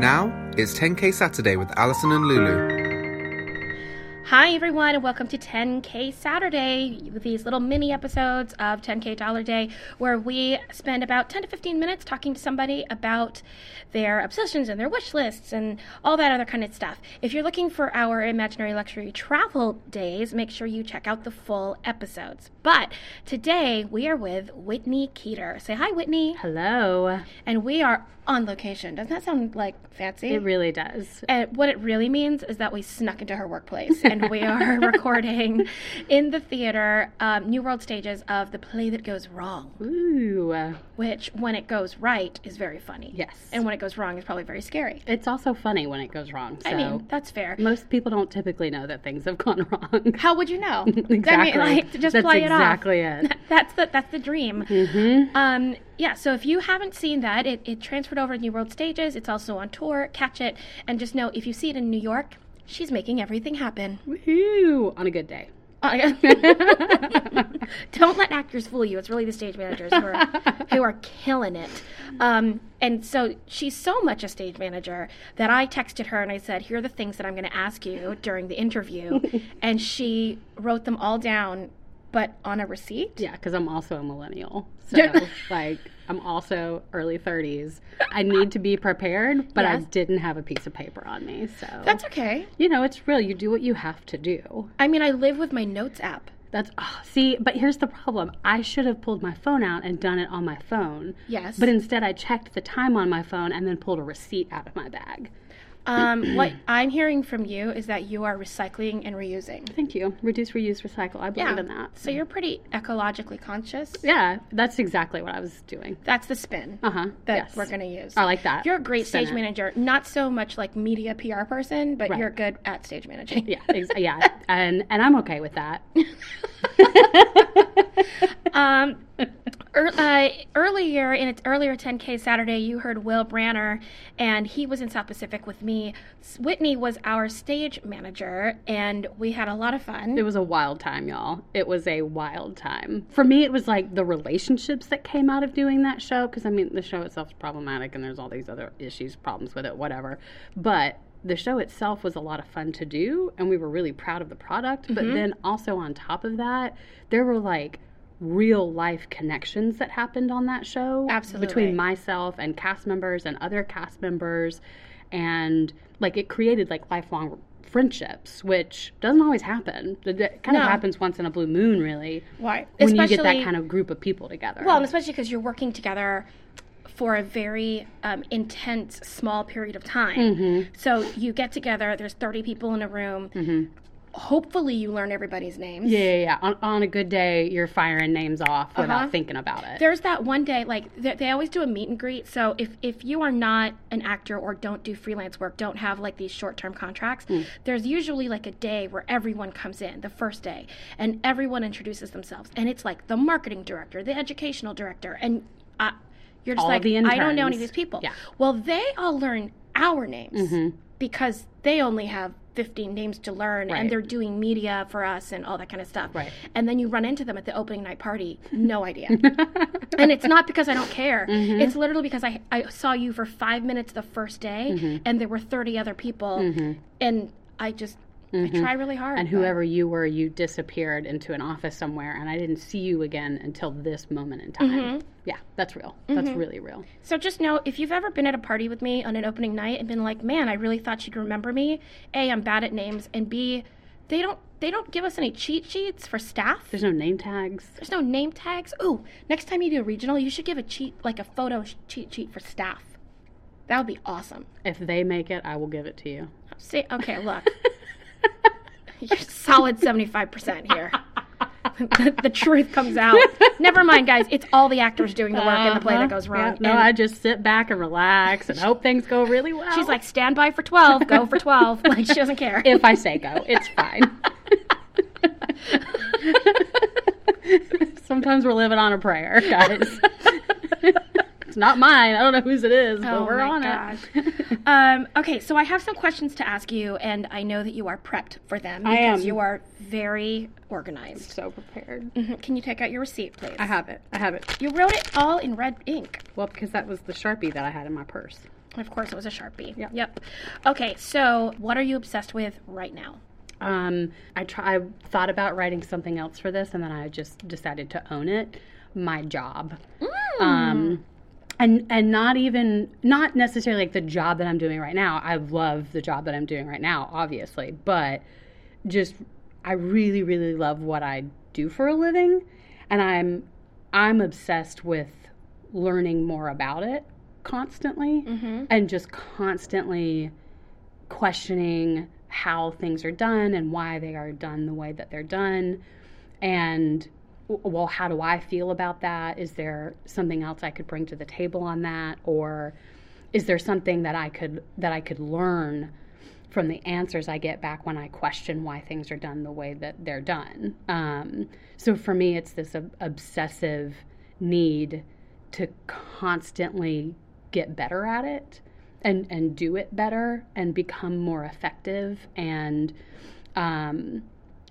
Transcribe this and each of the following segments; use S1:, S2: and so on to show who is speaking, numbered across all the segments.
S1: now, it's 10K Saturday with Allison and Lulu.
S2: Hi, everyone, and welcome to 10K Saturday, these little mini episodes of 10K Dollar Day, where we spend about 10 to 15 minutes talking to somebody about their obsessions and their wish lists and all that other kind of stuff. If you're looking for our imaginary luxury travel days, make sure you check out the full episodes. But today we are with Whitney Keeter. Say hi, Whitney.
S3: Hello.
S2: And we are on location. Doesn't that sound like fancy?
S3: It really does.
S2: And what it really means is that we snuck into her workplace and we are recording in the theater um, New World Stages of The Play That Goes Wrong,
S3: Ooh.
S2: which, when it goes right, is very funny.
S3: Yes.
S2: And when it goes wrong, is probably very scary.
S3: It's also funny when it goes wrong. So
S2: I mean, that's fair.
S3: most people don't typically know that things have gone wrong.
S2: How would you know? I mean,
S3: exactly.
S2: like, to just
S3: That's
S2: play
S3: exactly
S2: it off.
S3: it.
S2: That's the that's the dream. Mm-hmm. Um, yeah. So if you haven't seen that, it, it transferred over to New World Stages. It's also on tour. Catch it, and just know if you see it in New York, she's making everything happen.
S3: Woohoo! On a good day.
S2: Uh, Don't let actors fool you. It's really the stage managers who are, who are killing it. Um, and so she's so much a stage manager that I texted her and I said, Here are the things that I'm going to ask you during the interview. and she wrote them all down, but on a receipt.
S3: Yeah, because I'm also a millennial. So,
S2: Yeah.
S3: like, I'm also early 30s. I need to be prepared, but I
S2: Yes.
S3: didn't have a piece of paper on me. So,
S2: That's okay.
S3: you know, it's real. You do what you have to do.
S2: I mean, I live with my notes app.
S3: That's oh, see, but here's the problem. I should have pulled my phone out and done it on my phone.
S2: Yes.
S3: But instead, I checked the time on my phone and then pulled a receipt out of my bag.
S2: Um, what I'm hearing from you is that you are recycling and reusing.
S3: Thank you. Reduce, reuse, recycle. I believe in that.
S2: So you're pretty ecologically conscious.
S3: Yeah, that's exactly what I was doing.
S2: That's the spin.
S3: Uh huh.
S2: that
S3: Yes.
S2: we're going to use.
S3: I like that.
S2: You're a great
S3: Spin
S2: stage
S3: it.
S2: manager, not so much like media PR person, but
S3: Right.
S2: you're good at stage managing.
S3: Yeah. Ex- yeah. And and I'm okay with that.
S2: Um, ear- uh, earlier in its earlier 10K Saturday, you heard Will Branner, and he was in South Pacific with me. S- Whitney was our stage manager, and we had a lot of fun.
S3: It was a wild time, y'all. It was a wild time. For me, it was like the relationships that came out of doing that show, because I mean, the show itself is problematic and there's all these other issues, problems with it, whatever. But the show itself was a lot of fun to do, and we were really proud of the product. But then also on top of that, there were like real life connections that happened on that show
S2: Absolutely.
S3: between myself and cast members and other cast members and like it created like lifelong friendships which doesn't always happen it kind
S2: No.
S3: of happens once in a blue moon really
S2: Why?
S3: when
S2: Especially,
S3: you get that kind of group of people together
S2: well, and especially because you're working together for a very um, intense small period of time. So you get together. There's 30 people in a room. Hopefully, you learn everybody's names.
S3: yeah yeah, yeah. On, on a good day you're firing names off without
S2: Uh-huh.
S3: thinking about it
S2: There's that one day, like they, they always do a meet and greet. So if if you are not an actor or don't do freelance work, don't have like these short term contracts,
S3: Hmm.
S2: there's usually like a day where everyone comes in the first day, and everyone introduces themselves, and it's like the marketing director, the educational director, and uh, you're just
S3: All
S2: like,
S3: the
S2: I don't know any
S3: interns.
S2: of these people.
S3: Yeah. Mm-hmm.
S2: Well, they all learn our names because they only have. 15 names to learn and
S3: Right.
S2: they're doing media for us and all that kind of stuff
S3: Right.
S2: and then you run into them at the opening night party no idea and it's not because I don't care. It's literally because I, I saw you for five minutes the first day, and there were 30 other people, and I just I try really hard.
S3: and
S2: but-
S3: whoever you were you disappeared into an office somewhere and i didn't see you again until this moment in time
S2: Mm-hmm.
S3: yeah that's real that's really real
S2: So just know if you've ever been at a party with me on an opening night and been like, "Man, I really thought she'd remember me." A, I'm bad at names, and B, they don't they don't give us any cheat sheets for staff.
S3: there's no name tags
S2: There's no name tags. Ooh, next time you do a regional, you should give a cheat like a photo sh- cheat sheet for staff. That would be awesome.
S3: if they make it i will give it to you
S2: See, okay, look. You're solid 75% here. the, the truth comes out. Never mind, guys. It's all the actors doing the work in the play that
S3: Uh-huh.
S2: goes wrong.
S3: Yeah, no,
S2: And
S3: I just sit back and relax and hope things go really well.
S2: she's like, stand by for 12, go for 12. Like, she doesn't care.
S3: if I say go, it's fine. Sometimes we're living on a prayer, guys. it's not mine. I don't know whose it is, but
S2: Oh
S3: we're
S2: my
S3: on it.
S2: gosh. um, okay, so I have some questions to ask you, and I know that you are prepped for them because
S3: I am.
S2: you are very organized.
S3: so prepared.
S2: Mhm. Can you take out your receipt, please?
S3: Mm-hmm. I have it. I have it.
S2: You wrote it all in red ink.
S3: Well, because that was the Sharpie that I had in my purse.
S2: And Of course, it was a Sharpie.
S3: Yep.
S2: Yep. Okay, so what are you obsessed with right now?
S3: Um, I try. I thought about writing something else for this, and then I just decided to own it. My job. Um, and and not even not necessarily like the job that I'm doing right now. I love the job that I'm doing right now, obviously, but just I really really love what I do for a living, and I'm I'm obsessed with learning more about it constantly, and just constantly questioning how things are done and why they are done the way that they're done and w- well how do i feel about that is there something else i could bring to the table on that or is there something that i could that i could learn from the answers i get back when i question why things are done the way that they're done um, so for me it's this ob- obsessive need to constantly get better at it and and do it better and become more effective and um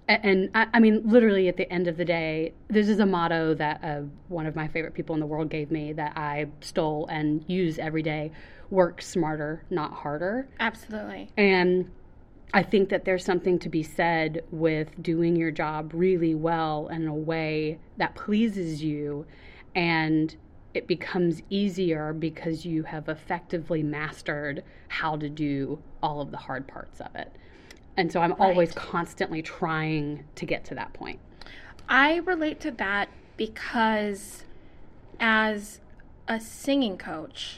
S3: a- and I, I mean literally at the end of the day this is a motto that uh, one of my favorite people in the world gave me that i stole and use every day work smarter not harder
S2: Absolutely.
S3: and I think that there's something to be said with doing your job really well in a way that pleases you and it becomes easier because you have effectively mastered how to do all of the hard parts of it. And so I'm always constantly trying to get to that point.
S2: I relate to that because as a singing coach,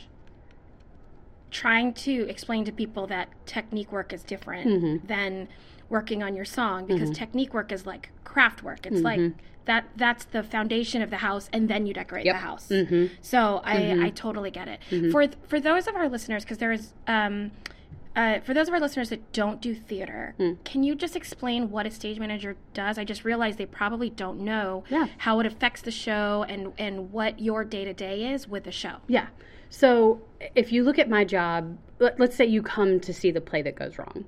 S2: trying to explain to people that technique work is different
S3: Mm-hmm.
S2: than working on your song because technique work is like craft work. It's
S3: Mm-hmm.
S2: like that that's the foundation of the house and then you decorate the house.
S3: Mm-hmm.
S2: So I, I totally get it. For th- for those of our listeners because there is um uh, for those of our listeners that don't do theater,
S3: Hmm.
S2: can you just explain what a stage manager does? I just realized they probably don't know
S3: Yeah.
S2: how it affects the show and, and what your day to day is with the show.
S3: Yeah. So if you look at my job, let, let's say you come to see the play that goes wrong,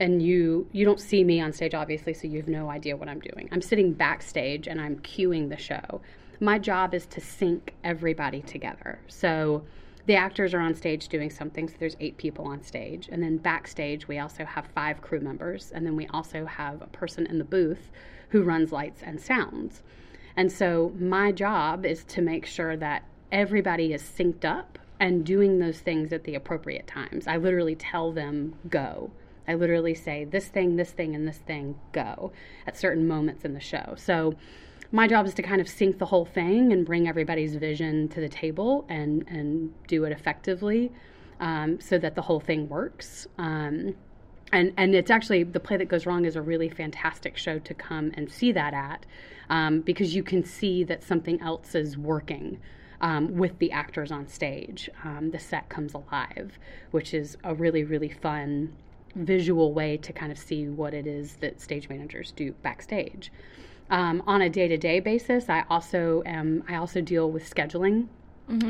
S3: and you you don't see me on stage, obviously, so you have no idea what I'm doing. I'm sitting backstage and I'm cueing the show. My job is to sync everybody together. So the actors are on stage doing something. So there's eight people on stage, and then backstage we also have five crew members, and then we also have a person in the booth who runs lights and sounds. And so my job is to make sure that everybody is synced up and doing those things at the appropriate times. I literally tell them go. I literally say this thing, this thing, and this thing go at certain moments in the show. So my job is to kind of sync the whole thing and bring everybody's vision to the table and and do it effectively um, so that the whole thing works. Um, and and it's actually the play that goes wrong is a really fantastic show to come and see that at um, because you can see that something else is working um, with the actors on stage um, the set comes alive which is a really really fun visual way to kind of see what it is that stage managers do backstage um, on a day-to-day basis i also am i also deal with scheduling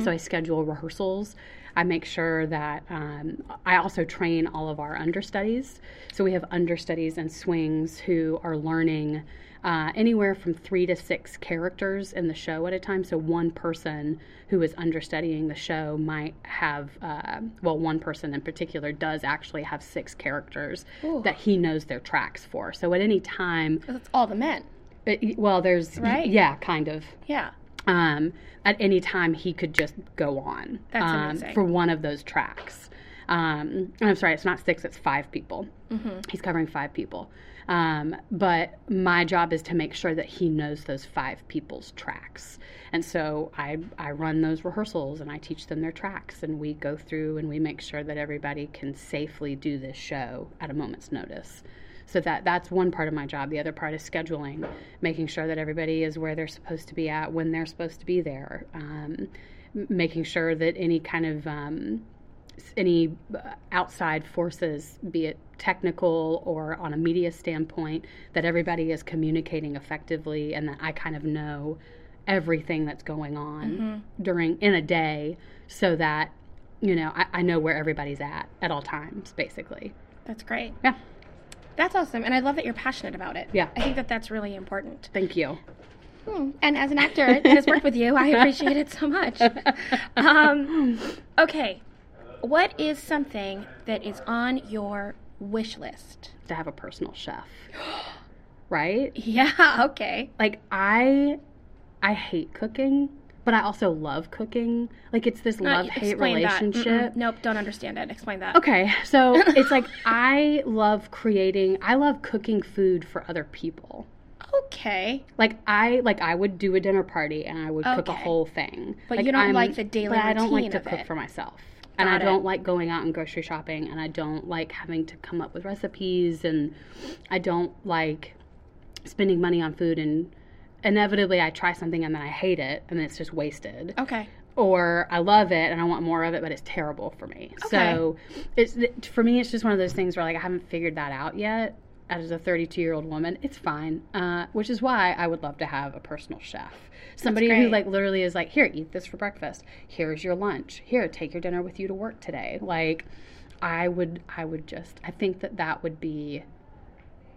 S3: so I schedule rehearsals. I make sure that um, I also train all of our understudies. So we have understudies and swings who are learning uh, anywhere from three to six characters in the show at a time. So one person who is understudying the show might have, uh, well, one person in particular does actually have six characters that he knows their tracks for. So at any time,
S2: That's all the men.
S3: it- well, there's,
S2: Right.
S3: yeah, kind of
S2: Yeah.
S3: um, at any time he could just go on
S2: That's
S3: um,
S2: amazing.
S3: for one of those tracks. Um, and I'm sorry, it's not six, it's five people.
S2: Mm-hmm.
S3: He's covering five people. Um, but my job is to make sure that he knows those five people's tracks. And so I, I run those rehearsals and I teach them their tracks. And we go through and we make sure that everybody can safely do this show at a moment's notice. So that that's one part of my job. The other part is scheduling, making sure that everybody is where they're supposed to be at when they're supposed to be there, um, m- making sure that any kind of um, s- any uh, outside forces, be it technical or on a media standpoint, that everybody is communicating effectively, and that I kind of know everything that's going on during in a day, so that you know I, I know where everybody's at at all times, basically.
S2: That's great.
S3: Yeah.
S2: That's awesome. And I love that you're passionate about it.
S3: Yeah.
S2: I think that that's really important.
S3: Thank you.
S2: Hmm. And as an actor that has worked with you, I appreciate it so much. Um, okay. What is something that is on your wish list?
S3: to have a personal chef. right?
S2: Yeah, okay.
S3: Like I I hate cooking, but I also love cooking. Like it's this
S2: Uh,
S3: love-hate
S2: explain that. Mm-mm.
S3: relationship.
S2: Nope, don't understand it. Explain that.
S3: Okay, so it's like I love creating, I love cooking food for other people.
S2: Okay.
S3: Like I like I would do a dinner party and I would cook a
S2: Okay.
S3: whole thing.
S2: But you don't like the daily
S3: But I don't like
S2: routine
S3: to
S2: of
S3: cook
S2: it.
S3: for myself. And I
S2: Got it.
S3: don't like going out and grocery shopping and I don't like having to come up with recipes and I don't like spending money on food and inevitably I try something and then I hate it and then it's just wasted
S2: Okay.
S3: or I love it and I want more of it, but it's terrible for me. So, it's for me, it's just one of those things where like I haven't figured that out yet. As a 32 year old woman, it's fine, uh, which is why I would love to have a personal chef, somebody who
S2: great.
S3: like literally is like, here, eat this for breakfast. Here's your lunch. Here, take your dinner with you to work today. Like, I would, I would just, I think that that would be,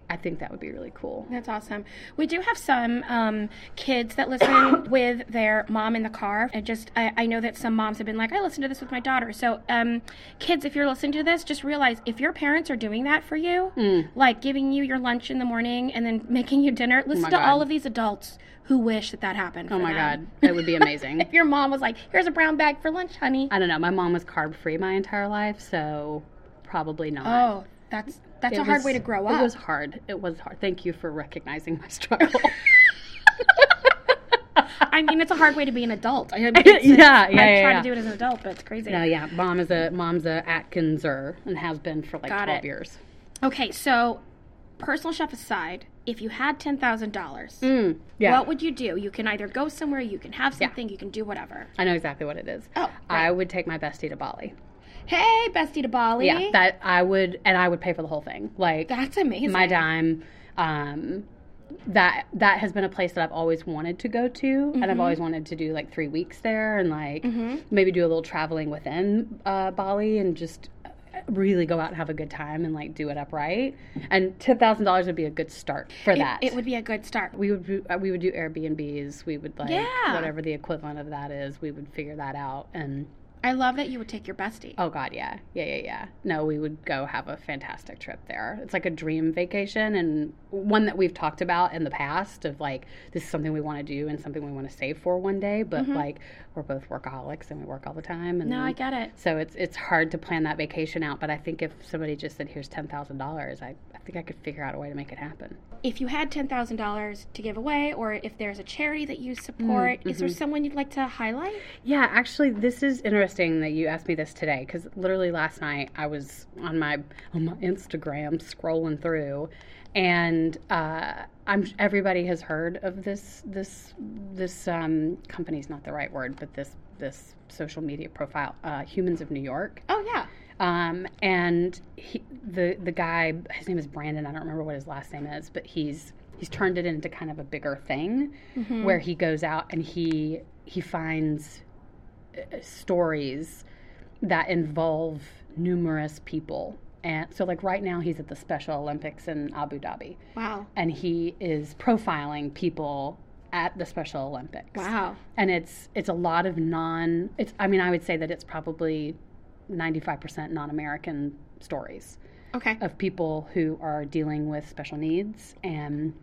S3: I think that would be really cool.
S2: That's awesome. We do have some um, kids that listen with their mom in the car. And just, I, I know that some moms have been like, I listen to this with my daughter. So, um, kids, if you're listening to this, just realize if your parents are doing that for you,
S3: Hmm.
S2: like giving you your lunch in the morning and then making you dinner, listen to
S3: Oh God.
S2: all of these adults who wish that that happened.
S3: Oh my god, that would be amazing.
S2: If your mom was like, here's a brown bag for lunch, honey.
S3: I don't know. My mom was carb free my entire life, so probably not.
S2: Oh, that's that's
S3: It
S2: a hard
S3: was-
S2: way to grow
S3: It
S2: up.
S3: was hard. It was hard. Thank you for recognizing my struggle.
S2: I mean, it's a hard way to be an adult. I, mean, it's-
S3: yeah,
S2: I
S3: yeah, yeah,
S2: try
S3: yeah.
S2: to do it as an adult, but it's crazy.
S3: No, yeah. Mom is a mom's a Atkinser and has been for like
S2: Got
S3: twelve
S2: it.
S3: years.
S2: Okay, so personal chef aside, if you had ten thousand dollars,
S3: Mm, yeah,
S2: what would you do? You can either go somewhere, you can have something, you can do whatever.
S3: I know exactly what it is.
S2: Oh,
S3: I would take my bestie to Bali.
S2: hey, bestie to Bali.
S3: Yeah, that I would, and I would pay for the whole thing. Like
S2: that's amazing.
S3: my dime. Um, that that has been a place that I've always wanted to go to, and
S2: Mm-hmm.
S3: I've always wanted to do like three weeks there, and like maybe do a little traveling within uh, Bali, and just really go out and have a good time, and like do it upright. And ten thousand dollars would be a good start for that.
S2: it would be a good start.
S3: we would do, uh, we would do Airbnbs. We would like
S2: Yeah.
S3: whatever the equivalent of that is. We would figure that out. And
S2: I love that you would take your bestie.
S3: oh god, yeah, yeah, yeah, yeah. No, we would go have a fantastic trip there. It's like a dream vacation and one that we've talked about in the past of like this is something we want to do and something we want to save for one day. But like we're both workaholics and we work all the time. And
S2: Mm-hmm. no, I get it.
S3: so it's it's hard to plan that vacation out. But I think if somebody just said here's ten thousand dollars, I I think I could figure out a way to make it happen.
S2: If you had ten thousand dollars to give away, or if there's a charity that
S3: Mm,
S2: you support, is
S3: mm-hmm.
S2: there someone you'd like to highlight?
S3: Yeah, actually, this is interesting that you asked me this today because literally last night I was on my on my Instagram scrolling through, and uh, I'm everybody has heard of this this this um, company's not the right word, but this this social media profile, uh, Humans of New York.
S2: Oh yeah.
S3: Um, and he, the the guy, his name is Brandon. I don't remember what his last name is, but he's he's turned it into kind of a bigger thing, where he goes out and he he finds uh, stories that involve numerous people. And so, like right now, he's at the Special Olympics in Abu Dhabi,
S2: Wow.
S3: and he is profiling people at the Special Olympics
S2: Wow.
S3: and it's it's a lot of non it's i mean i would say that it's probably 95% non-american stories
S2: Okay.
S3: of people who are dealing with special needs and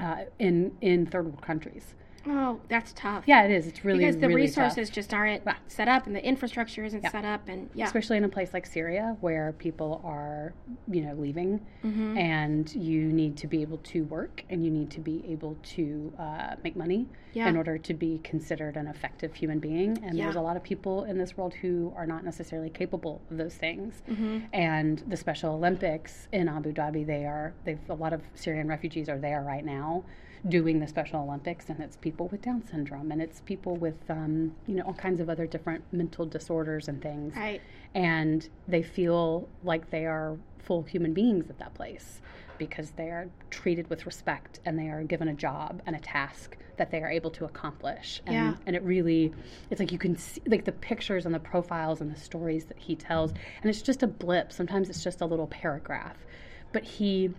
S3: uh, in in third world countries
S2: Oh, that's tough.
S3: yeah it is it's really
S2: because the
S3: really tough.
S2: resources just aren't set up and the infrastructure isn't set up and yeah
S3: especially in a place like Syria where people are, you know, leaving,
S2: Mm-hmm.
S3: and you need to be able to work and you need to be able to uh, make money
S2: Yeah.
S3: in order to be considered an effective human being. And there's
S2: Yeah.
S3: a lot of people in this world who are not necessarily capable of those things.
S2: Mm-hmm.
S3: And the Special Olympics in Abu Dhabi, they are they've a lot of Syrian refugees are there right now. Doing the Special Olympics, and it's people with Down syndrome, and it's people with, um, you know, all kinds of other different mental disorders and things
S2: right
S3: and they feel like they are full human beings at that place because they are treated with respect and they are given a job and a task that they are able to accomplish and,
S2: Yeah.
S3: and it really it's like you can see like the pictures and the profiles and the stories that he tells and it's just a blip sometimes it's just a little paragraph but he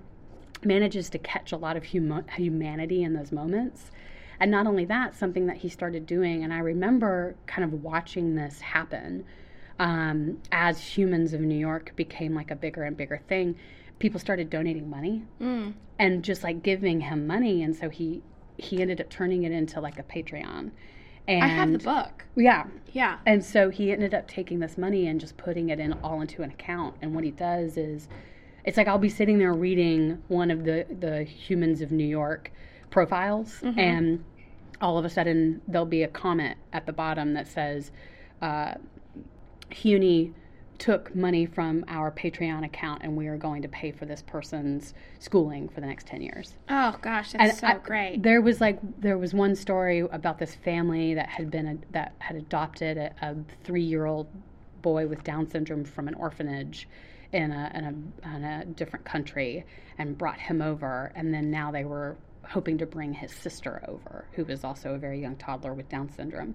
S3: manages to catch a lot of hum- humanity in those moments. And not only that, something that he started doing, and I remember kind of watching this happen um, as humans of New York became like a bigger and bigger thing, people started donating money and just like giving him money, and so he he ended up turning it into like a Patreon. And
S2: I have the book.
S3: yeah,
S2: Yeah.
S3: and so he ended up taking this money and just putting it in all into an account. And what he does is, it's like I'll be sitting there reading one of the the humans of New York profiles, and all of a sudden there'll be a comment at the bottom that says, uh, "Huni." Took money from our Patreon account, and we are going to pay for this person's schooling for the next 10 years.
S2: Oh gosh, that's
S3: And
S2: so
S3: I-
S2: great.
S3: There was like there was one story about this family that had been a, that had adopted a, a three-year-old boy with Down syndrome from an orphanage in a, in a in a different country and brought him over, and then now they were hoping to bring his sister over, who was also a very young toddler with Down syndrome,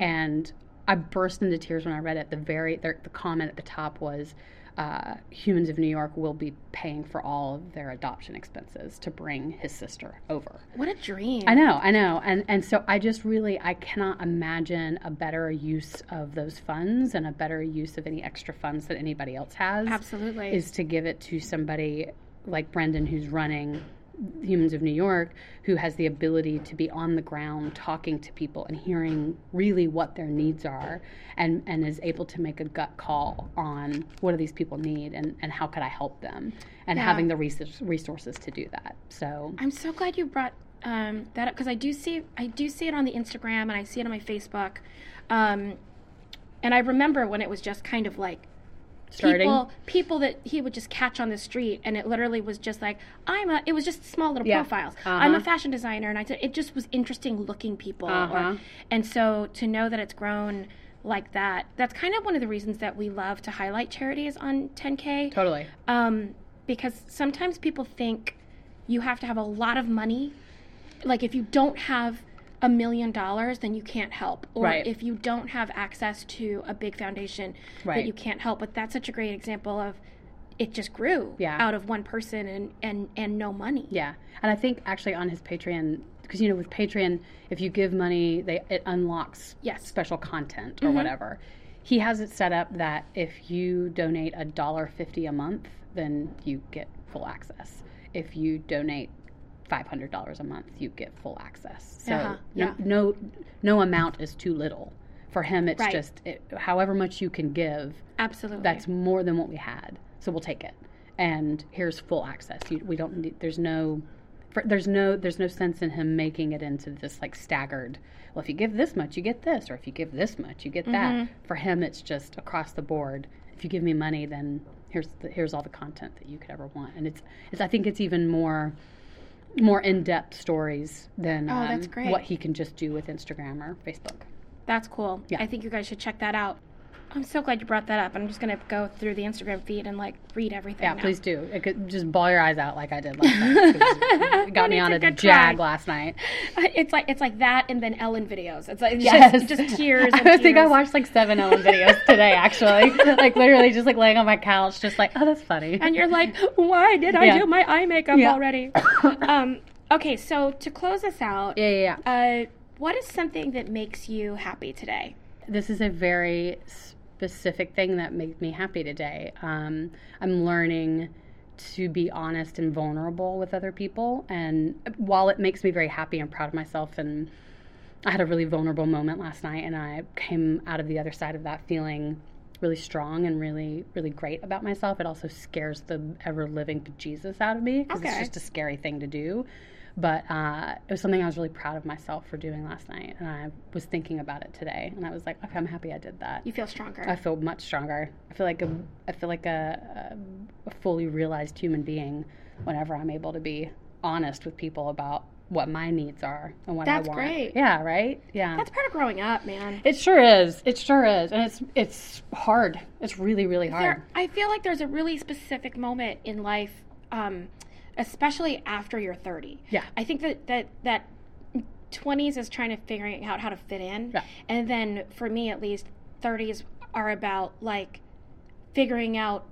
S3: and. I burst into tears when I read it. The very the, the comment at the top was, uh, "Humans of New York will be paying for all of their adoption expenses to bring his sister over."
S2: what a dream.
S3: I know, I know. And and so I just really I cannot imagine a better use of those funds and a better use of any extra funds that anybody else has
S2: Absolutely.
S3: is to give it to somebody like Brendan who's running Humans of New York who has the ability to be on the ground talking to people and hearing really what their needs are and and is able to make a gut call on what do these people need and and how could I help them and
S2: Yeah.
S3: having the resource, resources to do that. So
S2: I'm so glad you brought um, that up because I do see I do see it on the Instagram and I see it on my Facebook, um, and I remember when it was just kind of like
S3: starting
S2: people people that he would just catch on the street and it literally was just like I'm a it was just small little
S3: Yeah.
S2: profiles I'm a
S3: Uh-huh.
S2: fashion designer and I said it just was interesting looking people or-
S3: Uh-huh.
S2: and so to know that it's grown like that that's kind of one of the reasons that we love to highlight charities on 10k
S3: Totally.
S2: um, because sometimes people think you have to have a lot of money. Like if you don't have a million dollars, then you can't help, or
S3: Right.
S2: if you don't have access to a big foundation, that
S3: Right.
S2: you can't help. But that's such a great example of it just grew
S3: Yeah.
S2: out of one person and and and no money.
S3: Yeah, and I think actually on his Patreon, because you know with Patreon, if you give money, they it unlocks
S2: Yes. Mm-hmm.
S3: special content or whatever. He has it set up that if you donate a dollar fifty a month, then you get full access. If you donate five hundred dollars a month, you get full access. So
S2: Uh-huh,
S3: no,
S2: yeah.
S3: no no amount is too little. For him, it's
S2: Right.
S3: just it, however much you can give,
S2: Absolutely.
S3: that's more than what we had so we'll take it and here's full access you, we don't need there's no for, there's no there's no sense in him making it into this like staggered well if you give this much you get this or if you give this much you get that
S2: Mm-hmm.
S3: for him it's just across the board if you give me money then here's the, here's all the content that you could ever want and it's, it's i think it's even more more in-depth stories than
S2: Oh, that's
S3: um,
S2: great.
S3: what he can just do with instagram or facebook
S2: That's cool.
S3: Yeah.
S2: I think you guys should check that out. I'm so glad you brought that up. I'm just gonna go through the Instagram feed and like read everything.
S3: Yeah,
S2: now.
S3: please do. It could just ball your eyes out like I did last night. 'cause It got me
S2: It's
S3: on
S2: a
S3: a,
S2: good
S3: jag
S2: try.
S3: last night.
S2: It's like it's like that, and then Ellen videos. It's like
S3: Yes,
S2: just, just tears.
S3: I
S2: and
S3: think I
S2: tears.
S3: watched like seven Ellen videos today, actually. like literally, just like laying on my couch, just like, oh, that's funny.
S2: and you're like, why did I
S3: Yeah.
S2: do my eye makeup
S3: Yeah.
S2: already? um, okay, so to close this out,
S3: yeah, yeah, yeah.
S2: uh, what is something that makes you happy today?
S3: this is a very specific thing that made me happy today. Um, I'm learning to be honest and vulnerable with other people, and while it makes me very happy and proud of myself, and I had a really vulnerable moment last night, and I came out of the other side of that feeling really strong and really, really great about myself. It also scares the ever living bejesus out of me because
S2: Okay.
S3: it's just a scary thing to do. But uh, it was something I was really proud of myself for doing last night, and I was thinking about it today, and I was like, okay, I'm happy I did that.
S2: You feel stronger.
S3: I feel much stronger. I feel like a, I feel like a, a fully realized human being whenever I'm able to be honest with people about what my needs are and what
S2: That's
S3: I want.
S2: great.
S3: Yeah, right. Yeah.
S2: That's part of growing up, man.
S3: it sure is. It sure is, and it's it's hard. It's really really hard.
S2: There, I feel like there's a really specific moment in life, um, especially after you're 30.
S3: Yeah.
S2: I think that that that 20s is trying to figuring out how to fit in,
S3: Yeah.
S2: and then for me at least, 30s are about like figuring out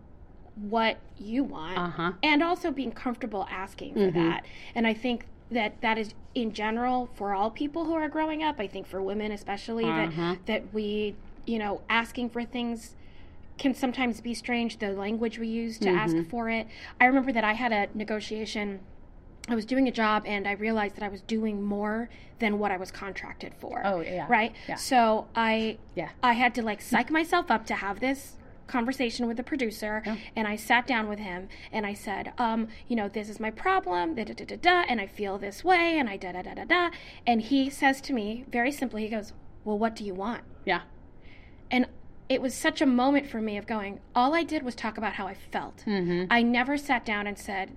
S2: what you want
S3: Uh huh.
S2: and also being comfortable asking for
S3: Mm-hmm.
S2: that and i think that that is in general for all people who
S3: Uh-huh.
S2: are growing up i think for women especially that that we you know asking for things can sometimes be strange, the language we use to
S3: Mm-hmm.
S2: ask for it. I remember that I had a negotiation. I was doing a job and I realized that I was doing more than what I was contracted for.
S3: Oh, yeah.
S2: Right?
S3: Yeah.
S2: So I
S3: Yeah.
S2: I had to like psych myself up to have this conversation with the producer and I sat down with him and I said, um, you know, this is my problem, da da da da da, and I feel this way and I da da da da da. And he says to me very simply, he goes, Well, what do you want?
S3: Yeah.
S2: And it was such a moment for me of going, all I did was talk about how I felt.
S3: Mm-hmm.
S2: I never sat down and said,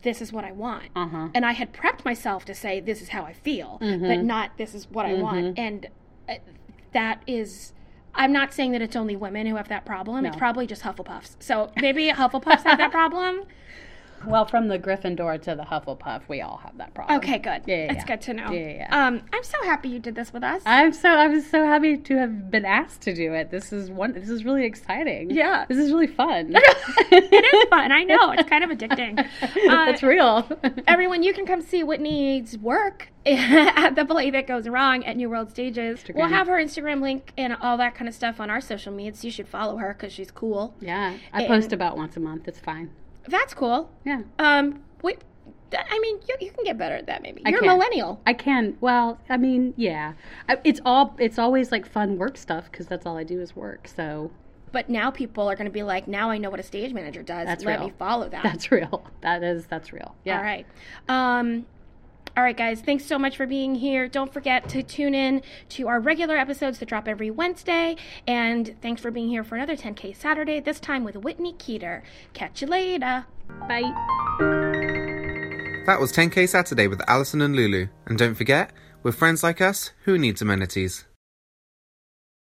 S2: this is what I want.
S3: Uh-huh. Mm-hmm.
S2: And I had prepped myself to say, this is how I feel, but not this is what I want. And uh, that is. I'm not saying that it's only women who have that problem. It's
S3: No.
S2: probably just Hufflepuffs. So maybe Hufflepuffs have that problem.
S3: Well, from the Gryffindor to the Hufflepuff, we all have that problem.
S2: Okay, good.
S3: Yeah, yeah,
S2: That's
S3: yeah.
S2: good to know.
S3: Yeah, yeah, yeah.
S2: Um, I'm so happy you did this with us.
S3: I'm so I was so happy to have been asked to do it. This is one. This is really exciting.
S2: Yeah.
S3: This is really fun.
S2: it is fun. I know. It's kind of addicting. Uh,
S3: That's real.
S2: Everyone, you can come see Whitney's work at the play that goes wrong at New World Stages. We'll have her Instagram link and all that kind of stuff on our social medias. You should follow her because she's cool.
S3: yeah, I post about once a month. It's fine.
S2: That's cool.
S3: Yeah,
S2: Um, we, that, I mean, you, you can get better at that. Maybe you're a
S3: can.
S2: millennial.
S3: I can. Well, I mean, yeah, I, it's all. It's always like fun work stuff because that's all I do is work. So
S2: But now people are going to be like, now I know what a stage manager does.
S3: That's
S2: Let
S3: real.
S2: me follow that.
S3: that's real. That is that's real. Yeah.
S2: All right. Um, all right, guys. Thanks so much for being here. Don't forget to tune in to our regular episodes that drop every Wednesday. And thanks for being here for another 10K Saturday, this time with Whitney Keeter. Catch you later.
S3: Bye.
S1: That was 10K Saturday with Allison and Lulu. And don't forget, with friends like us, who needs amenities?